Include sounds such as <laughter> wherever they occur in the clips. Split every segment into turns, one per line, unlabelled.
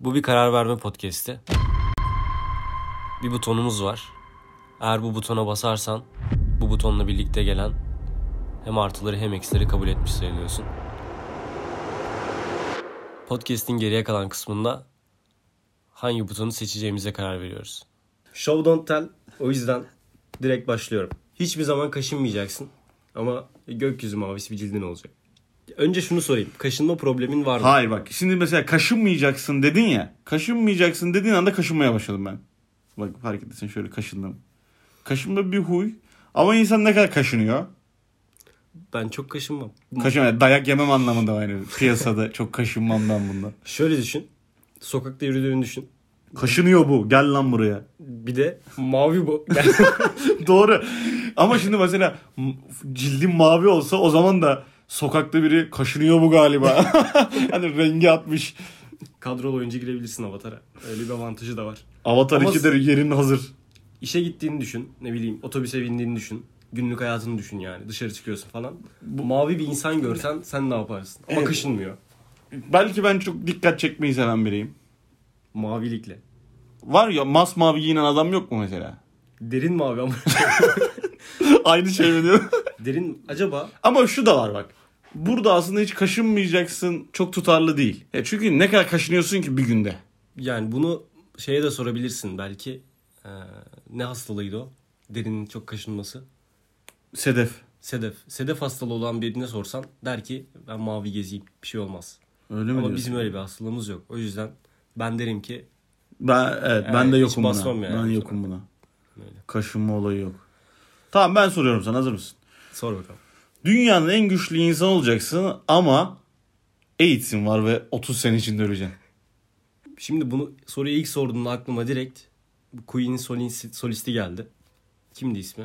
Bu bir karar verme podcast'i. Bir butonumuz var. Eğer bu butona basarsan bu butonla birlikte gelen hem artıları hem eksileri kabul etmiş sayılıyorsun. Podcast'in geriye kalan kısmında hangi butonu seçeceğimize karar veriyoruz. Show don't tell. O yüzden direkt başlıyorum. Hiçbir zaman kaşınmayacaksın ama gökyüzü mavisi bir cildin olacak. Önce şunu sorayım. Kaşınma problemin var mı?
Hayır bak şimdi mesela kaşınmayacaksın dedin ya. Kaşınmayacaksın dediğin anda kaşınmaya başladım ben. Bak fark ettin şöyle kaşındım. Kaşınma bir huy. Ama insan ne kadar kaşınıyor?
Ben çok kaşınmam.
Kaşınma yani dayak yemem anlamında var yani piyasada çok kaşınmam ben bundan.
Şöyle düşün. Sokakta yürüdüğünü düşün.
Kaşınıyor bu. Gel lan buraya. <laughs>
Bir de mavi <laughs> bu.
Doğru. Ama şimdi mesela m- cildim mavi olsa o zaman da sokakta biri kaşınıyor bu galiba. <laughs> hani rengi atmış.
Kadrolu oyuncu girebilirsin avatara. Öyle bir avantajı da var.
Avatar
Ama
2 de yerin hazır.
İşe gittiğini düşün. Ne bileyim otobüse bindiğini düşün. Günlük hayatını düşün yani. Dışarı çıkıyorsun falan. Mavi bir insan görsen sen ne yaparsın? Ama
Evet.
kaşınmıyor.
Belki ben çok dikkat çekmeyi seven biriyim.
Mavilikle.
Var ya masmavi giyinen adam yok mu mesela? <laughs>
Derin mavi ama. <laughs>
Aynı şey mi diyor? <laughs>
Derin acaba
Ama şu da var bak. Burada aslında hiç kaşınmayacaksın çok tutarlı değil. E çünkü ne kadar kaşınıyorsun ki bir günde?
yani bunu şeye de sorabilirsin belki. Ee, ne hastalığıydı o? Derinin çok kaşınması.
Sedef.
Sedef. Sedef hastalığı olan birine sorsan der ki ben mavi gezeyim bir şey olmaz.
Öyle mi
Ama
diyorsun?
bizim öyle bir hastalığımız yok. O yüzden ben derim ki
Ben, evet,
Yani
ben de
hiç
yokum buna.
basmam yani
ben
o
yokum buna.
Öyle.
Kaşınma olayı yok. Tamam ben soruyorum sana hazır mısın?
sor bakalım.
Dünyanın en güçlü insan olacaksın ama AIDS'in var ve 30 sene içinde öleceksin.
Şimdi bunu soruyu ilk sorduğunda aklıma direkt Queen'in solist- solisti geldi. Kimdi ismi?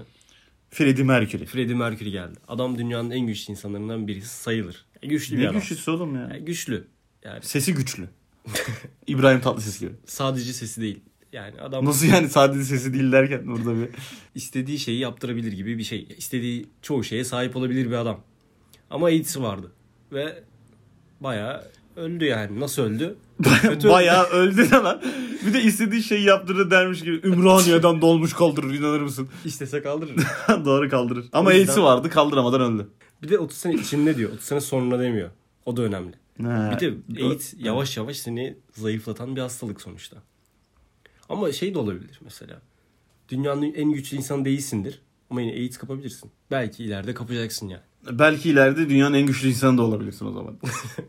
Freddie Mercury.
Freddie Mercury geldi. Adam dünyanın en güçlü insanlarından birisi sayılır. E, güçlü bir
Ne
adam.
güçlüsü oğlum ya.
E, güçlü. Yani
Sesi güçlü. <laughs> İbrahim Tatlıses gibi.
sadece sesi değil. Yani adam
Nasıl yani sadece sesi değil derken burada
<laughs>
bir.
istediği şeyi yaptırabilir gibi bir şey. İstediği çoğu şeye sahip olabilir bir adam. Ama AIDS'i vardı. Ve bayağı öldü yani. Nasıl öldü? Kötü
Bayağı öldü de lan. Bir de istediği şeyi yaptırır dermiş gibi. Ümraniye'den dolmuş kaldırır inanır mısın? <laughs>
İstese kaldırır.
Doğru kaldırır. Ama
O yüzden-
AIDS'i vardı kaldıramadan öldü.
Bir de 30 sene içinde diyor. 30 sene sonra demiyor. O da önemli. Bir de AIDS yavaş yavaş seni zayıflatan bir hastalık sonuçta. Ama şey de olabilir mesela. Dünyanın en güçlü insanı değilsindir. Ama yine AIDS kapabilirsin. Belki ileride kapacaksın yani.
Belki ileride dünyanın en güçlü insanı da olabilirsin o
<laughs>
zaman.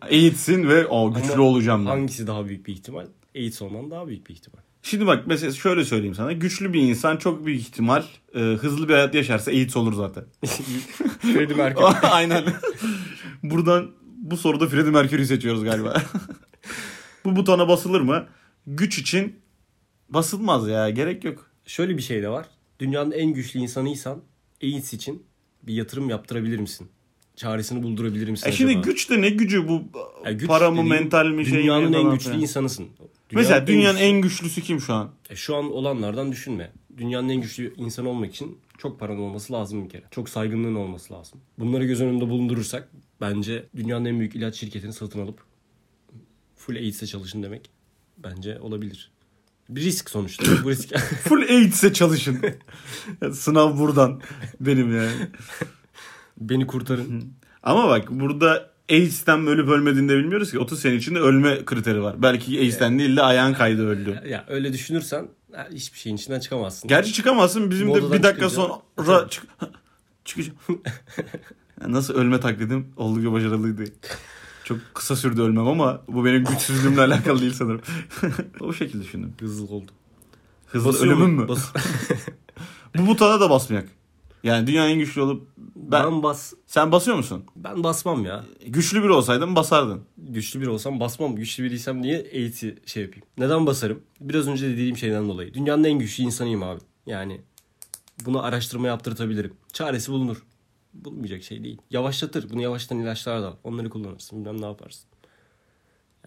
AIDS'in ve o güçlü
Ama
olacağım ben.
Hangisi daha büyük bir ihtimal? AIDS olman daha büyük bir ihtimal.
Şimdi bak mesela şöyle söyleyeyim sana. Güçlü bir insan çok büyük ihtimal e, hızlı bir hayat yaşarsa AIDS olur zaten.
Freddie
<laughs>
Mercury.
Aynen. Buradan bu soruda Freddie Mercury'yi
<laughs>
seçiyoruz galiba. bu butona basılır mı? Güç için basılmaz ya. Gerek yok.
Şöyle bir şey de var. Dünyanın en güçlü insanıysan AIDS için bir yatırım yaptırabilir misin? Çaresini buldurabilir misin
E şimdi
acaba?
güç de ne gücü bu?
Ya güç
Para mı
dediğin
mental mi şey mi?
Dünyanın en
falan
güçlü
filan.
insanısın.
Mesela dünyanın
güçlü-
en güçlüsü kim şu an?
E, şu an olanlardan düşünme. Dünyanın en güçlü insan olmak için çok paran olması lazım bir kere. Çok saygınlığın olması lazım. Bunları göz önünde bulundurursak bence dünyanın en büyük ilaç şirketini satın alıp full AIDS'e E çalışın demek bence olabilir. Bir risk sonuçta. <laughs> Bu risk.
Full AIDS'e e çalışın.
<laughs>
Sınav buradan benim yani.
Beni kurtarın.
Ama bak burada AIDS'ten mi ölüp ölmediğini de bilmiyoruz ki. 30 sene içinde ölme kriteri var. Belki AIDS'ten değil de ayağın kaydı öldü.
Ya- ya öyle düşünürsen ha, hiçbir şeyin içinden çıkamazsın.
Gerçi çıkamazsın. Bizim
Bu
de
odadan
bir dakika
çıkınca-
sonra çık <laughs> çıkacağım. Ya Nasıl ölme taklidim oldukça başarılıydı. Çok kısa sürdü ölmem ama bu benim güçsüzlüğümle <laughs> alakalı değil sanırım. o şekilde düşündüm.
Hızlı oldu.
Hızlı
Basıyor
ölümüm
mu?
mü?
Bas-
bu butona da basmayak. Yani dünyanın en güçlü olup ben,
ben bas
sen basıyor musun?
ben basmam ya.
Güçlü biri olsaydın basardın.
güçlü biri olsam basmam. Güçlü biriysem niye eğiti şey yapayım? Neden basarım? Biraz önce dediğim şeyden dolayı. Dünyanın en güçlü insanıyım abi. Yani bunu araştırma yaptırtabilirim. Çaresi bulunur. Bulunmayacak şey değil. Yavaşlatır. Bunu yavaşlatan ilaçlar da var. Onları kullanırsın. Bilmem ne yaparsın.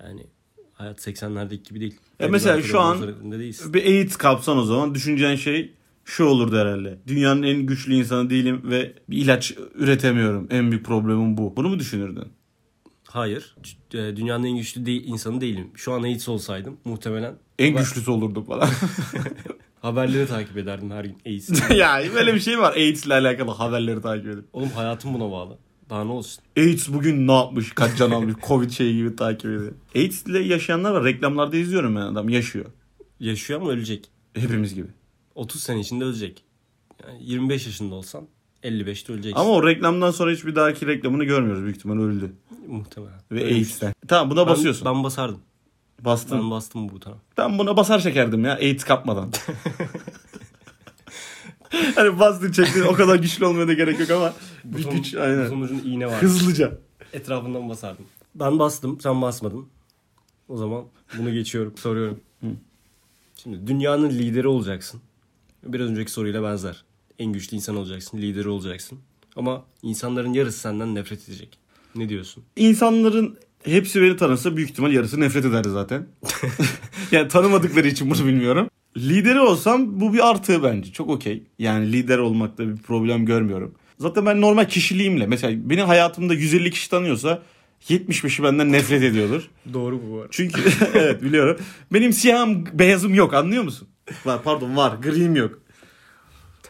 Yani hayat 80'lerdeki gibi değil.
E mesela
Belki
şu an-
zorunda değilsin.
Bir AIDS kapsan o zaman düşüneceğin şey şu olurdu herhalde. Dünyanın en güçlü insanı değilim ve bir ilaç üretemiyorum. En büyük problemim bu. Bunu mu düşünürdün?
Hayır. Ç- e, Dünyanın en güçlü değil, insanı değilim. Şu an AIDS olsaydım muhtemelen
En
Bak.
güçlüsü olurdum falan.
haberleri takip ederdim her gün AIDS. <laughs>
<laughs> ya böyle bir şey var AIDS ile alakalı haberleri takip edip.
Oğlum hayatım buna bağlı. Daha ne olsun?
AIDS bugün ne yapmış? Kaç can almış? Covid şeyi gibi takip ediyor. AIDS ile yaşayanlar var. Reklamlarda izliyorum ben adam yaşıyor.
Yaşıyor ama ölecek.
Hepimiz gibi.
30 sene içinde ölecek. Yani 25 yaşında olsan 55'te öleceksin.
Ama o reklamdan sonra hiçbir dahaki reklamını görmüyoruz büyük ihtimal öldü.
muhtemelen.
Ve
Ölmüş.
AIDS'ten. Tamam buna
Ben-
basıyorsun.
Ben basardım.
Bastın.
Ben bastım bu butona.
Ben buna basar çekerdim ya AIDS <laughs> kapmadan. hani bastın çektin o kadar güçlü olmaya da gerek yok ama bir
Buton-
güç aynen.
butonun ucunda iğne var.
Hızlıca.
Etrafından basardım. Ben bastım, sen basmadın. O zaman bunu geçiyorum, soruyorum. Şimdi dünyanın lideri olacaksın. Biraz önceki soruyla benzer. En güçlü insan olacaksın, lideri olacaksın. Ama insanların yarısı senden nefret edecek. Ne diyorsun?
İnsanların hepsi beni tanırsa büyük ihtimal yarısı nefret eder <laughs> zaten. yani tanımadıkları için bunu bilmiyorum. Lideri olsam bu bir artı bence. Çok okey. Yani lider olmakta bir problem görmüyorum. Zaten ben normal kişiliğimle mesela benim hayatımda 150 kişi tanıyorsa 75'i benden nefret ediyordur.
Doğru bu var.
Çünkü <laughs> evet biliyorum. Benim siyahım beyazım yok anlıyor musun? Var pardon var gri'm yok.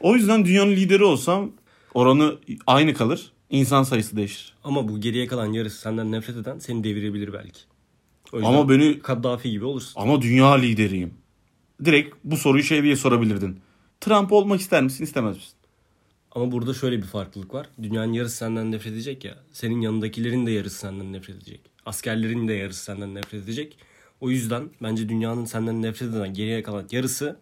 O yüzden dünyanın lideri olsam oranı aynı kalır. İnsan sayısı değişir.
Ama bu geriye kalan yarısı senden nefret eden seni devirebilir belki. O yüzden
Ama beni
Kaddafi gibi olursun.
ama dünya lideriyim. Direkt bu soruyu şey diye sorabilirdin. Trump olmak ister misin istemez misin?
Ama burada şöyle bir farklılık var. Dünyanın yarısı senden nefret edecek ya. Senin yanındakilerin de yarısı senden nefret edecek. Askerlerin de yarısı senden nefret edecek. O yüzden bence dünyanın senden nefret eden geriye kalan yarısı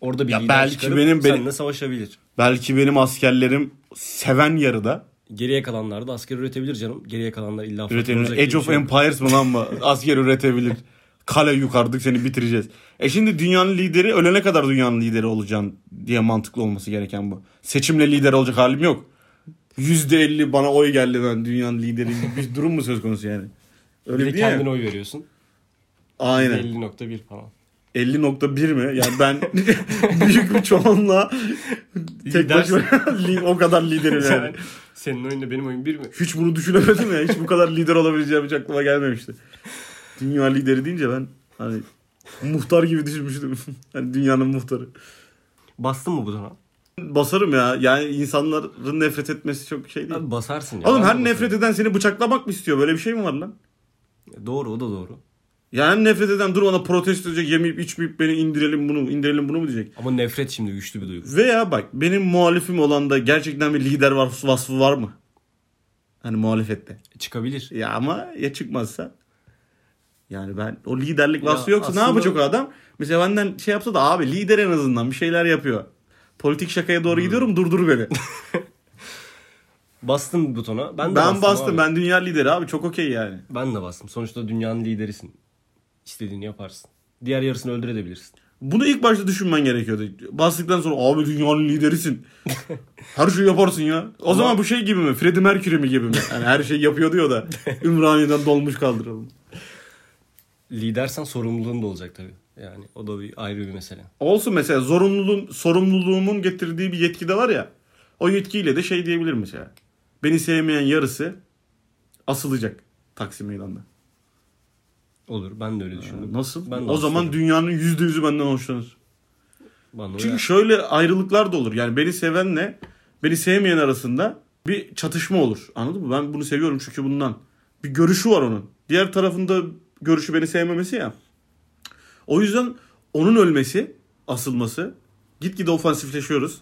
orada bir
Ya
lider
belki
çıkarıp
benim- benim-
seninle savaşabilir.
Belki benim askerlerim seven yarıda.
Geriye kalanlar da asker üretebilir canım. Geriye kalanlar illa
Üretebilir.
olacak diye
Age
bir
of
şey yok.
Empires mı
<laughs>
lan mı? Asker üretebilir. Kale yukarıdık seni bitireceğiz. E şimdi dünyanın lideri ölene kadar dünyanın lideri olacaksın diye mantıklı olması gereken bu. Seçimle lider olacak halim yok. %50 bana oy geldi ben dünyanın lideri gibi bir durum mu söz konusu yani?
Bir
Öyle
de
bir ya.
kendine oy veriyorsun.
Aynen.
50.1 falan.
50.1 mi? Yani ben <laughs> büyük bir çoğunluğa tek
Lidersin.
başıma <laughs> li- o kadar liderim yani.
Yani <laughs> senin oyunla benim oyun bir mi?
Hiç bunu düşünemedim ya. Hiç bu kadar lider olabileceğim hiç aklıma gelmemişti. Dünya lideri deyince ben hani muhtar gibi düşünmüştüm. <laughs> hani dünyanın muhtarı.
Bastın mı butona?
Basarım ya. Yani insanların nefret etmesi çok şey değil.
Abi basarsın ya.
Oğlum
Ben de
her nefret
basarım.
eden seni bıçaklamak mı istiyor? Böyle bir şey mi var lan?
Doğru o da doğru.
Ya hem nefret eden dur bana protesto edecek yemeyip içmeyip beni indirelim bunu indirelim bunu mu diyecek.
Ama nefret şimdi güçlü bir duygu.
Veya bak benim muhalifim olan da gerçekten bir lider var, vasfı var mı? Hani muhalefette.
Çıkabilir.
Ya ama ya çıkmazsa? Yani ben o liderlik
Ya
vasfı yoksa
aslında-
ne yapacak o adam? Mesela benden şey yapsa da abi lider en azından bir şeyler yapıyor. Politik şakaya
Hmm.
doğru gidiyorum
<laughs>
durdur beni.
Bastın butona. Ben de
ben
bastım.
bastım
abi.
ben dünya lideri abi çok okey yani.
Ben de bastım. Sonuçta dünyanın liderisin. İstediğini yaparsın. Diğer yarısını öldürebilirsin.
Bunu ilk başta düşünmen gerekiyordu. Bastıktan sonra abi
<laughs>
dünyanın liderisin. her şeyi yaparsın ya. O zaman bu şey gibi mi? Freddie Mercury mi gibi mi? Yani her şeyi yapıyor
<laughs>
diyor da Ümraniye'den dolmuş kaldıralım.
Lidersen sorumluluğun da olacak tabii. Yani o da bir ayrı bir mesele.
Olsun mesela zorunluluğum, sorumluluğumun getirdiği bir yetki de var ya. O yetkiyle de şey diyebilir mesela. Beni sevmeyen yarısı asılacak Taksim Meydanı'nda.
Olur. Ben de öyle düşündüm.
Nasıl?
Ben de
o zaman
asılırım.
dünyanın yüzde yüzü benden hoşlanır.
Bana uyar.
Çünkü şöyle ayrılıklar da olur. Yani beni sevenle beni sevmeyen arasında bir çatışma olur. Anladın mı? Ben bunu seviyorum çünkü bundan. Bir görüşü var onun. Diğer tarafında görüşü beni sevmemesi ya. O yüzden onun ölmesi, asılması.
<laughs>
Gitgide ofansifleşiyoruz.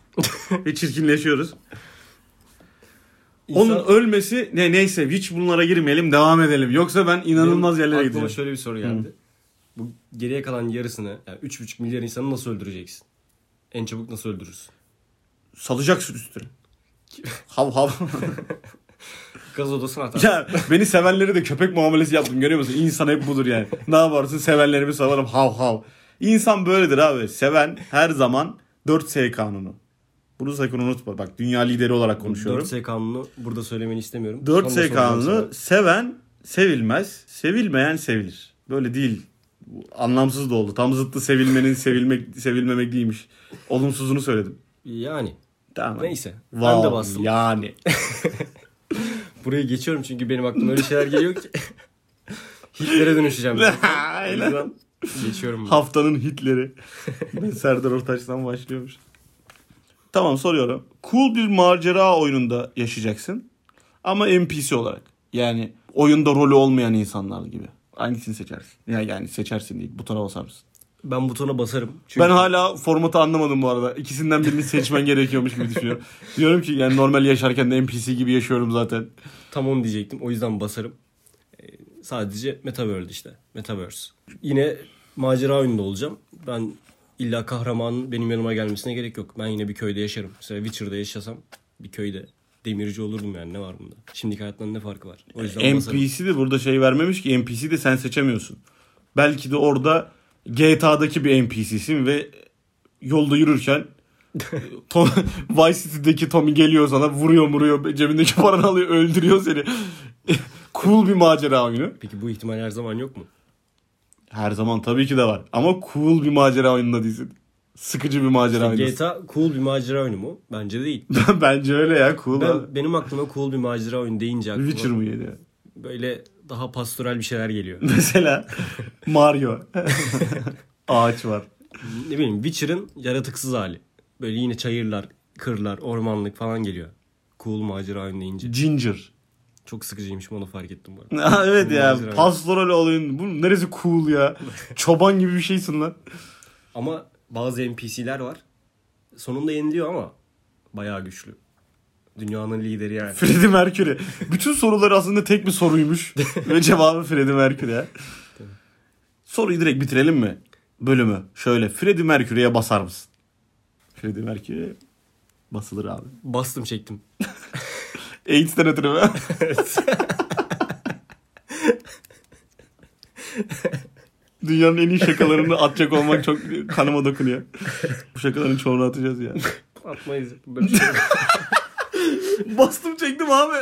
ve çirkinleşiyoruz.
İnsan-
Onun ölmesi ne neyse hiç bunlara girmeyelim devam edelim. Yoksa ben inanılmaz
Benim aklıma
yerlere gideceğim.
şöyle bir soru geldi. Bu geriye kalan yarısını, yani 3,5 milyar insanı nasıl öldüreceksin? En çabuk nasıl öldürürsün?
Salacaksın üstüne. hav hav.
Gaz odasına atarsın.
Ya beni sevenleri de köpek muamelesi yaptım görüyor musun? İnsan hep budur yani. Ne yaparsın sevenlerimi savarım hav hav. İnsan böyledir abi. Seven her zaman 4S kanunu. Bunu sakın unutma. Bak dünya lideri olarak konuşuyorum.
4S kanunu burada söylemeni istemiyorum. Sonra
4S
soracağım sana.
kanunu seven sevilmez, sevilmeyen sevilir. Böyle değil. Bu Anlamsız da oldu. Tam zıttı sevilmenin sevilmek sevilmemek değilmiş. Olumsuzunu söyledim.
Yani.
Tamam.
Neyse. Ben
Vav,
de bastım.
Yani.
Burayı geçiyorum çünkü benim aklıma öyle şeyler geliyor ki. <laughs> Hitler'e dönüşeceğim. ben. O
Aynen.
yüzden geçiyorum. bunu.
Haftanın hitleri. Ben Serdar Ortaç'tan başlıyormuş. Tamam soruyorum. Cool bir macera oyununda yaşayacaksın. Ama NPC olarak. Yani oyunda rolü olmayan insanlar gibi. Hangisini seçersin? Ya yani seçersin değil. Butona basar mısın?
Ben butona basarım. Çünkü
Ben hala formatı anlamadım bu arada. İkisinden birini seçmen gerekiyormuş gibi düşünüyorum. Diyorum ki yani normal yaşarken de NPC gibi yaşıyorum zaten.
tam onu diyecektim. O yüzden basarım. Ee, sadece Metaverse işte. Metaverse. Yine macera oyununda olacağım. Ben illa kahramanın benim yanıma gelmesine gerek yok. Ben yine bir köyde yaşarım. Mesela Witcher'da yaşasam bir köyde demirci olurdum yani ne var bunda? Şimdiki hayattan ne farkı var? O yüzden basarım.
NPC de burada şey vermemiş ki NPC de sen seçemiyorsun. Belki de orada GTA'daki bir NPC'sin ve yolda yürürken Tom, Vice City'deki Tommy geliyor sana vuruyor vuruyor cebindeki paranı alıyor öldürüyor seni. <laughs> cool bir macera oyunu.
Peki bu ihtimal her zaman yok mu?
Her zaman tabii ki de var ama cool bir macera oyununda değilsin. Sıkıcı bir macera oyunu.
GTA cool bir macera oyunu mu? Bence değil.
<laughs> Bence öyle ya cool. abi.
Ben, benim aklıma cool bir macera oyunu deyince aklıma
Witcher mı yedi? <laughs>
böyle daha pastoral bir şeyler geliyor.
Mesela Mario. <laughs> Ağaç var.
ne bileyim Witcher'ın yaratıksız hali. Böyle yine çayırlar, kırlar, ormanlık falan geliyor. Cool macera oyunu deyince.
Ginger.
Çok sıkıcıymış onu fark ettim bu arada.
<laughs> Ha, evet ya
Macera.
pastoral oyun. Bu neresi cool ya? Çoban gibi bir şeysin lan. <laughs>
Ama bazı NPC'ler var. Sonunda yeniliyor ama bayağı güçlü. Dünyanın lideri yani.
Freddie Mercury. Bütün sorular aslında tek bir soruymuş. Ve cevabı Freddie Mercury ya. Soruyu direkt bitirelim mi? Bölümü. Şöyle Freddie Mercury'ye basar mısın? Freddie Mercury basılır abi.
Bastım çektim.
AIDS'ten ötürü mü? Dünyanın en iyi şakalarını atacak olmak çok kanıma dokunuyor. Bu şakaların çoğunu atacağız ya.
Atmayız. Böyle şey.
Bastım çektim abi.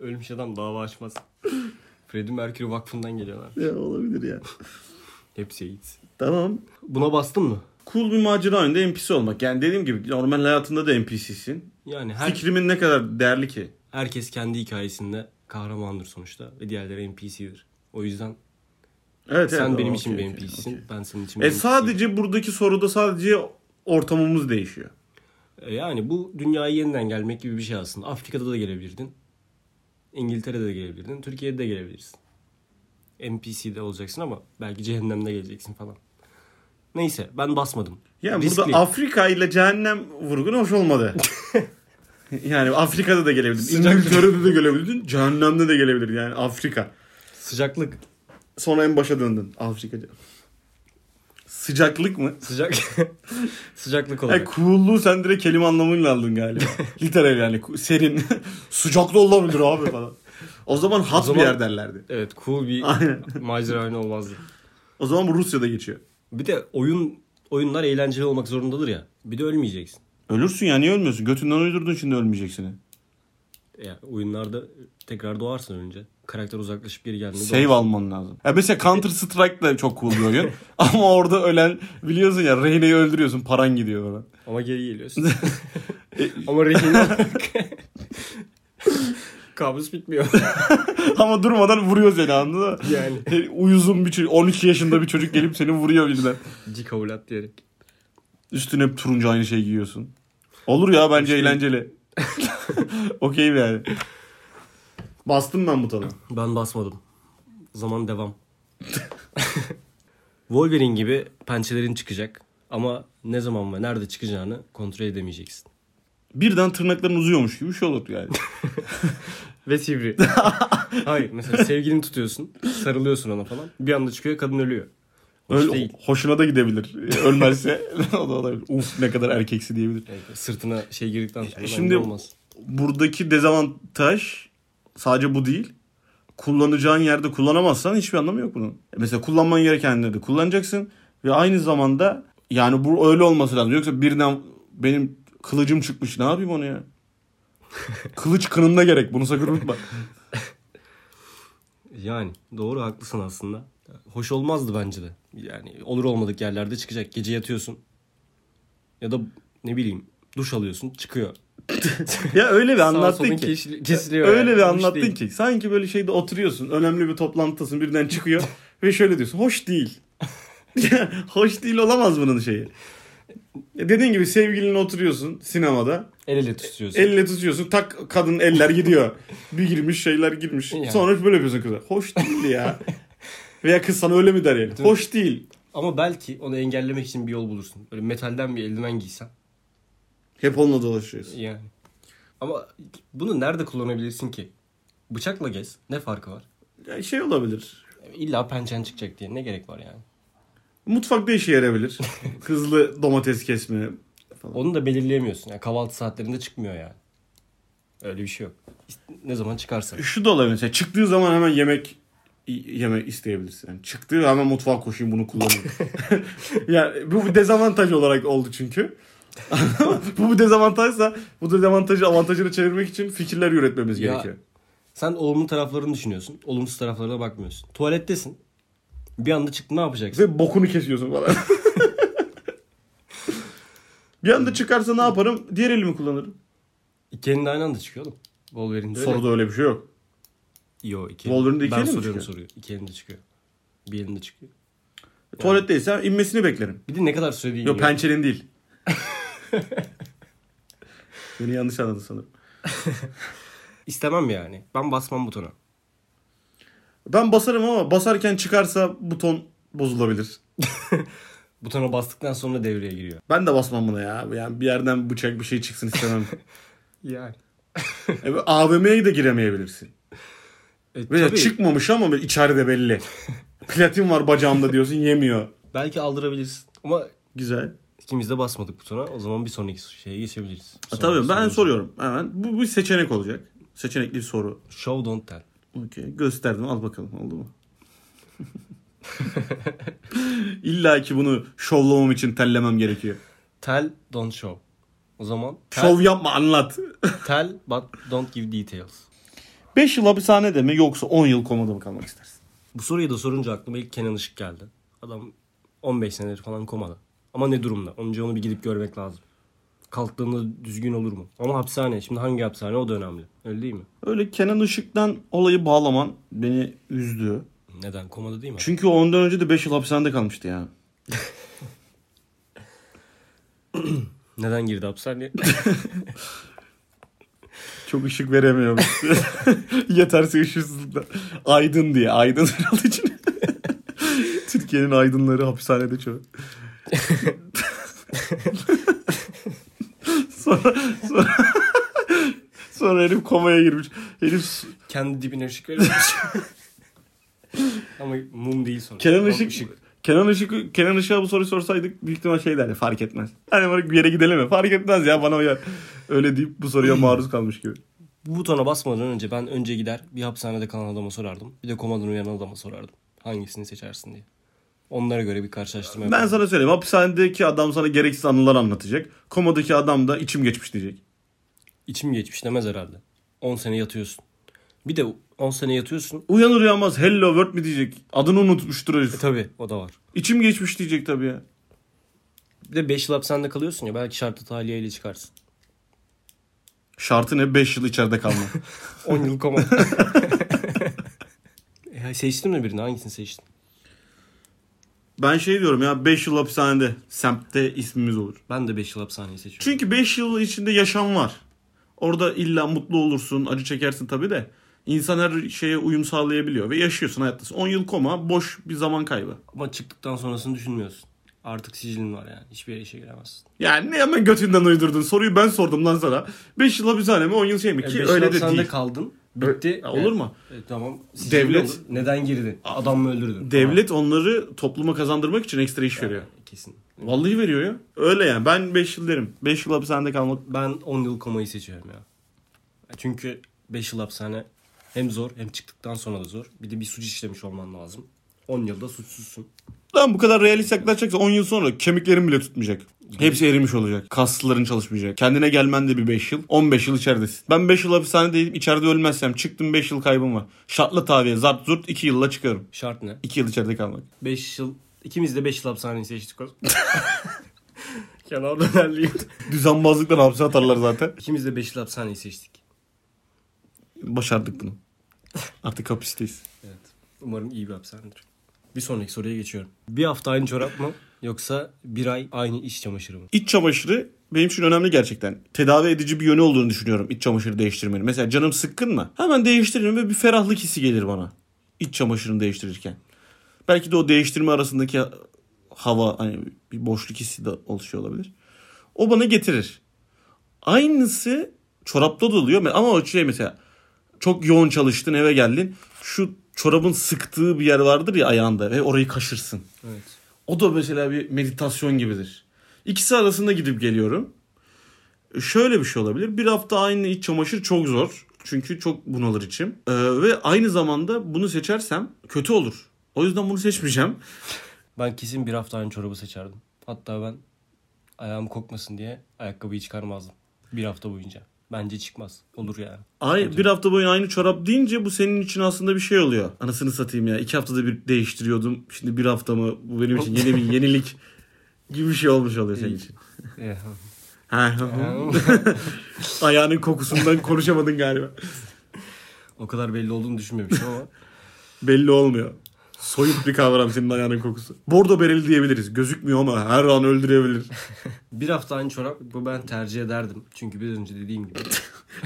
Ölmüş adam dava açmaz. <clears throat> Freddie Mercury Vakfı'ndan geliyorlar.
<laughs> ya olabilir ya.
Hepsi AIDS.
Tamam.
Buna bastın mı?
Cool bir macera önünde NPC olmak. Yani dediğim gibi normal hayatında da NPC'sin.
Yani her,
Fikrimin ne kadar değerli ki?
herkes kendi hikayesinde kahramandır sonuçta ve diğerleri NPC'dir. O yüzden
Evet,
sen
evet,
benim
o,
için
okey,
bir
okey,
NPC'sin,
okey.
ben senin için
E
bir
sadece buradaki soruda sadece ortamımız değişiyor.
NPC'yim. E Yani bu dünyaya yeniden gelmek gibi bir şey aslında. Afrika'da da gelebilirdin. İngiltere'de de gelebilirdin. Türkiye'de de gelebilirsin. NPC'de olacaksın ama belki cehennemde geleceksin falan. Neyse ben basmadım.
Yani
Riskli.
burada Afrika ile cehennem vurgun
<laughs>
hoş olmadı. yani Afrika'da da gelebilirdin. İngiltere'de de gelebilirdin. Cehennemde de gelebilirdin. Yani Afrika.
Sıcaklık.
Sonra en başa döndün. Afrika. Sıcaklık mı?
Sıcak. <laughs> Sıcaklık
E,
olarak.
cool'luğu sen direkt kelime anlamıyla aldın galiba. Literal yani ku- serin. <laughs> Sıcaklı olabilir abi falan. O zaman hot
zaman-
bir yer derlerdi.
Evet cool bir
Aynen.
macera oyunu olmazdı.
O zaman bu Rusya'da geçiyor.
Bir de oyun oyunlar eğlenceli olmak zorundadır ya. Bir de ölmeyeceksin.
Ölürsün ya niye ölmüyorsun? Götünden uydurdun şimdi ölmeyeceksin.
Ya oyunlarda tekrar doğarsın önce. Karakter uzaklaşıp geri geldiğinde
Save alman lazım. Ya mesela Counter Strike da çok cool bir oyun. Ama orada ölen biliyorsun ya rehineyi öldürüyorsun paran gidiyor falan.
Ama geri geliyorsun. <laughs> Ama rehin <laughs> Kabus bitmiyor. <laughs>
Ama durmadan vuruyor seni anladın mı?
Yani.
E, Uyuzun bir çocuk 12 yaşında bir çocuk gelip seni vuruyor birden.
Cik avulat diyerek.
Üstüne hep turuncu aynı şey giyiyorsun. Olur ya bence <laughs> eğlenceli. Okeyim yani. Bastım ben butona.
Ben basmadım. Zaman devam. <laughs> Wolverine gibi pençelerin çıkacak. Ama ne zaman ve nerede çıkacağını kontrol edemeyeceksin.
Birden tırnakların uzuyormuş gibi bir şey olur yani.
Ve sivri. <laughs> Hayır mesela sevgilini tutuyorsun. Sarılıyorsun ona falan. Bir anda çıkıyor kadın ölüyor. Hoş
Öyle
değil.
hoşuna da gidebilir. E, Ölmezse <laughs> o da olabilir. Uf ne kadar erkeksi diyebilir.
Evet, sırtına şey girdikten sonra
E,
şimdi
şimdi-
olmaz.
Buradaki dezavantaj sadece bu değil. Kullanacağın yerde kullanamazsan hiçbir anlamı yok bunun. E Mesela kullanman gereken yerde kullanacaksın ve aynı zamanda yani bu öyle olması lazım. Yoksa birden benim kılıcım çıkmış ne yapayım onu ya? Kılıç kınında gerek bunu sakın unutma.
Yani doğru haklısın aslında. Hoş olmazdı bence de. Yani olur olmadık yerlerde çıkacak. Gece yatıyorsun. Ya da ne bileyim duş alıyorsun çıkıyor. <laughs>
ya öyle bir
Anlattın
anlattın
solun
ki.
keşil- kesiliyor. yani.
Öyle bir
Hoş
anlattın
değil.
ki. Sanki böyle şeyde oturuyorsun. Önemli bir toplantıdasın.
<laughs>
Birden çıkıyor ve şöyle diyorsun. Hoş değil. <laughs> Hoş değil olamaz bunun şeyi. Ya Dediğin gibi sevgilinle oturuyorsun sinemada.
El ele tutuyorsun.
Elle tutuyorsun. Tak kadın eller gidiyor. Bir girmiş şeyler girmiş.
Yani.
Sonra böyle yapıyorsun kıza. Hoş
<laughs>
değil ya. Veya kız sana öyle mi der yani? Hoş değil.
Ama belki onu engellemek için bir yol bulursun. Böyle metalden bir eldiven giysen.
Hep onunla dolaşıyorsun.
Yani. Ama bunu nerede kullanabilirsin ki? Bıçakla gez. Ne farkı var?
Ya şey olabilir.
İlla pençen çıkacak diye. Ne gerek var yani?
Mutfakta
<laughs>
işe yarayabilir. Hızlı domates kesme falan.
Onu da belirleyemiyorsun. Yani kahvaltı saatlerinde çıkmıyor yani. Öyle bir şey yok. İst- Ne zaman
<laughs>
çıkarsa.
Şu da olabilir. Mesela çıktığı zaman hemen yemek y- yemek isteyebilirsin. Yani çıktığı hemen mutfağa koşayım
<laughs>
bunu kullanayım. <laughs> yani bu bir dezavantaj olarak oldu çünkü. <laughs> bu bir dezavantajsa bu dezavantajı avantajını çevirmek için fikirler üretmemiz
Ya-
gerekiyor.
Sen olumlu taraflarını düşünüyorsun. Olumsuz taraflarına bakmıyorsun. Tuvalettesin. Bir anda çıktın ne yapacaksın?
Ve bokunu kesiyorsun falan.
<laughs>
bir anda çıkarsa ne yaparım? Diğer elimi kullanırım.
İki elinde aynı anda çıkıyor oğlum. Wolverine'de öyle.
Soruda öyle bir şey yok.
Yo, iki
Wolverine'de iki
ben
eli mi
soruyorum
çıkıyor?
soruyu. İki elinde çıkıyor. Bir elinde çıkıyor.
Tuvaletteysem inmesini beklerim.
Bir de ne kadar süre değil.
Yok pençenin değil. Beni yanlış anladın sanırım.
İstemem yani. Ben basmam butona.
Ben basarım ama basarken çıkarsa buton bozulabilir.
Butona bastıktan sonra devreye giriyor.
Ben de basmam buna ya. Yani bir yerden bıçak bir şey çıksın <laughs> istemem.
Yani.
e, AVM'ye de giremeyebilirsin.
E,
Veya
tabii.
çıkmamış ama böyle içeride belli. Platin var bacağımda diyorsun yemiyor.
Belki aldırabilirsin. Ama
Güzel.
ikimiz de basmadık butona. O zaman bir sonraki şeye geçebiliriz.
Ha,
Son-
tabii ben
son-
soruyorum hemen. Bu bir seçenek olacak. Seçenekli bir soru.
Show don't tell.
Okey gösterdim al bakalım oldu mu? <laughs> İlla ki bunu şovlamam için tellemem gerekiyor.
Tell don't show. O zaman tell,
Şov yapma anlat.
tell but don't give details.
5 yıl hapishanede mi yoksa 10 yıl komada mı kalmak istersin?
Bu soruyu da sorunca aklıma ilk Kenan Işık geldi. Adam 15 senedir falan komada. Ama ne durumda? Önce onu bir gidip görmek lazım. Kalktığında düzgün olur mu? Ama hapishane. Şimdi hangi hapishane o da önemli. Öyle değil mi?
Öyle Kenan Işık'tan olayı bağlaman beni üzdü.
Neden? Komada değil mi?
Çünkü o ondan önce de 5 yıl hapishanede kalmıştı ya.
Neden girdi hapishaneye?
Çok ışık veremiyorum. <laughs> Yeterse ışıksızlıkla. Aydın diye. Aydın herhalde <laughs> için. Türkiye'nin aydınları hapishanede <laughs> çoğu. sonra, sonra, <laughs> sonra herif komaya girmiş. Herif
<laughs> Kendi dibine ışık veriyormuş. <laughs> Ama mum değil sonuçta.
Kenan
Ama
Işık, Kenan Işık Kenan Işık'a bu soruyu sorsaydık büyük ihtimal şey derdi fark etmez. Hani böyle bir yere gidelim mi? Fark etmez ya bana uyar. Öyle deyip bu soruya maruz kalmış gibi.
Bu butona basmadan önce ben önce gider bir hapishanede kalan adama sorardım. Bir de komadan uyanan adama sorardım. Hangisini seçersin diye. Onlara göre bir karşılaştırma
Ben
yapardım.
sana söyleyeyim hapishanedeki adam sana gereksiz anılar anlatacak. Komadaki adam da içim geçmiş diyecek.
İçim geçmiş demez herhalde. 10 sene yatıyorsun. Bir de 10 sene yatıyorsun.
Uyanır uyanmaz hello world mi diyecek. Adını unutmuştur
E
herif.
tabi o da var.
İçim geçmiş diyecek tabii ya.
Bir de 5 yıl hapishanede kalıyorsun ya belki şartlı tahliyeyle çıkarsın.
Şartı ne 5 yıl içeride kalma.
10 yıl
<laughs>
koma. e, seçtin mi birini? Hangisini seçtin?
ben şey diyorum ya 5 yıl hapishanede semtte ismimiz olur.
Ben de 5 yıl hapishaneyi seçiyorum.
Çünkü 5 yıl içinde yaşam var. Orada illa mutlu olursun, acı çekersin tabii de. İnsan her şeye uyum sağlayabiliyor ve yaşıyorsun hayattasın. 10 yıl koma boş bir zaman kaybı.
Ama çıktıktan sonrasını düşünmüyorsun. Artık sicilin var yani. Hiçbir yere işe giremezsin.
Yani ne hemen götünden uydurdun? Soruyu ben sordum lan sana. 5 yıl hapishane mi 10 yıl şey mi?
E,
Ki
beş
öyle
yıl
de
hapishanede
değil.
kaldın. Bitti.
Ha, olur mu?
E, tamam. Sicilin
Devlet-
olur. Neden girdin? Adam mı öldürdün?
Devlet onları topluma kazandırmak için ekstra iş veriyor.
Tamam. Kesin.
Vallahi veriyor ya. Öyle yani. Ben 5 yıl derim. 5 yıl hapishanede kalmak.
Ben 10 yıl komayı seçiyorum ya. Çünkü 5 yıl hapishane hem zor hem çıktıktan sonra da zor. Bir de bir suç işlemiş olman lazım. 10 yılda suçsuzsun.
Lan bu kadar realist yaklaşacaksa 10 yıl sonra kemiklerin bile tutmayacak. Hepsi erimiş olacak. Kasların çalışmayacak. Kendine gelmen de bir 5 yıl. 15 yıl içeridesin. Ben 5 yıl hapishanedeydim. içeride ölmezsem çıktım 5 yıl kaybım var. Şartlı taviye zart zurt 2 yılla çıkarım.
Şart ne?
2 yıl içeride kalmak.
<laughs> 5 yıl ikimiz de 5 yıl hapishaneyi seçtik. o- Kenar dönerliyim.
Düzenbazlıktan hapse atarlar zaten.
İkimiz de beşli hapishaneyi seçtik.
Başardık bunu. Artık hapisteyiz.
Evet. Umarım iyi bir hapishanedir. Bir sonraki soruya geçiyorum. Bir hafta aynı çorap mı? Yoksa bir ay aynı iç çamaşırı mı?
İç çamaşırı benim için önemli gerçekten. Tedavi edici bir yönü olduğunu düşünüyorum iç çamaşırı değiştirmenin. Mesela canım sıkkın mı? Hemen değiştiririm ve bir ferahlık hissi gelir bana. İç çamaşırını değiştirirken. Belki de o değiştirme arasındaki hava hani bir boşluk hissi de oluşuyor olabilir. O bana getirir. Aynısı çorapta da oluyor ama o şey mesela çok yoğun çalıştın eve geldin. Şu çorabın sıktığı bir yer vardır ya ayağında ve orayı kaşırsın.
Evet.
O da mesela bir meditasyon gibidir. İkisi arasında gidip geliyorum. Şöyle bir şey olabilir. Bir hafta aynı iç çamaşır çok zor. Çünkü çok bunalır içim. Ee, ve aynı zamanda bunu seçersem kötü olur. O yüzden bunu seçmeyeceğim.
Ben kesin bir hafta aynı çorabı seçerdim. Hatta ben ayağım kokmasın diye ayakkabıyı çıkarmazdım. Bir hafta boyunca. Bence çıkmaz. Olur
<laughs>
yani.
Ay, bir hafta boyunca aynı çorap deyince bu senin için aslında bir şey oluyor. Anasını satayım ya. İki haftada bir değiştiriyordum. Şimdi bir hafta mı? Bu benim için yeni bir yenilik gibi bir şey olmuş oluyor senin için.
Eh,
Ha. Ayağının kokusundan konuşamadın galiba.
o kadar belli olduğunu düşünmemiştim ama.
Belli olmuyor. Soyut bir kavram senin ayağının kokusu. Bordo bereli diyebiliriz. Gözükmüyor ama her an öldürebilir.
Bir hafta aynı çorap bu ben tercih ederdim. Çünkü biraz önce dediğim
<laughs>
gibi.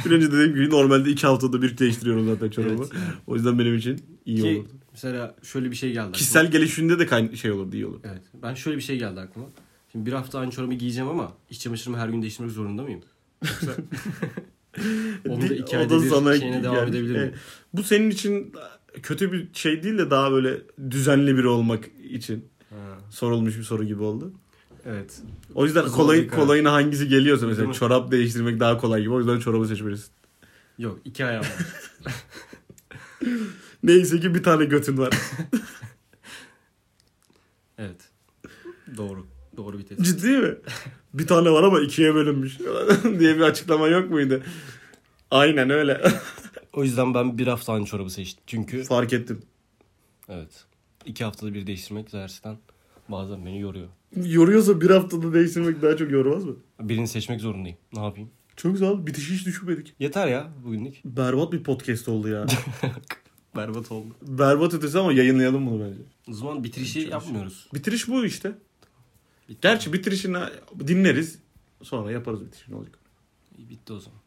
Bir önce dediğim gibi normalde iki haftada bir değiştiriyorum zaten çorabı.
Evet.
O yüzden benim için iyi
Ki
olur.
mesela şöyle bir şey geldi. aklıma.
Kişisel gelişimde de kayn- şey olurdu iyi olur.
Evet. Ben şöyle bir şey geldi aklıma. Şimdi bir hafta aynı çorabı giyeceğim ama iç çamaşırımı her gün değiştirmek zorunda mıyım?
<laughs>
Yoksa- Onu da iki
O
ayda bir
sana
şeyine devam
gelmiş.
edebilir miyim?
Evet. Bu senin için kötü bir şey değil de daha böyle düzenli biri olmak için
Ha,
sorulmuş bir soru gibi oldu.
evet.
O yüzden
Zor
kolay,
bir karar.
kolayına hangisi geliyorsa mesela
mi?
çorap değiştirmek daha kolay gibi. O yüzden çorabı seçmelisin.
Yok iki ayağım var.
Neyse ki bir tane götün var.
Evet. Doğru. Doğru bir tespit.
Ciddi mi? Bir tane var ama ikiye bölünmüş <laughs> diye bir açıklama yok muydu? Aynen öyle.
O yüzden ben bir hafta aynı çorabı seçtim. Çünkü
Fark ettim.
evet. iki haftada bir değiştirmek gerçekten bazen beni yoruyor.
Yoruyorsa bir haftada değiştirmek daha çok yormaz mı?
Birini seçmek zorundayım. Ne yapayım?
Çok sağ ol. Bitişi hiç düşünmedik.
Yeter ya bugünlük.
Berbat bir podcast oldu ya.
Berbat oldu.
Berbat ötesi ama yayınlayalım bunu bence.
O zaman bitirişi yapmıyoruz.
Bitiriş bu işte.
Bitti.
Gerçi bitirişini dinleriz. Sonra yaparız bitirişini olacak.
İyi, Bitti o zaman.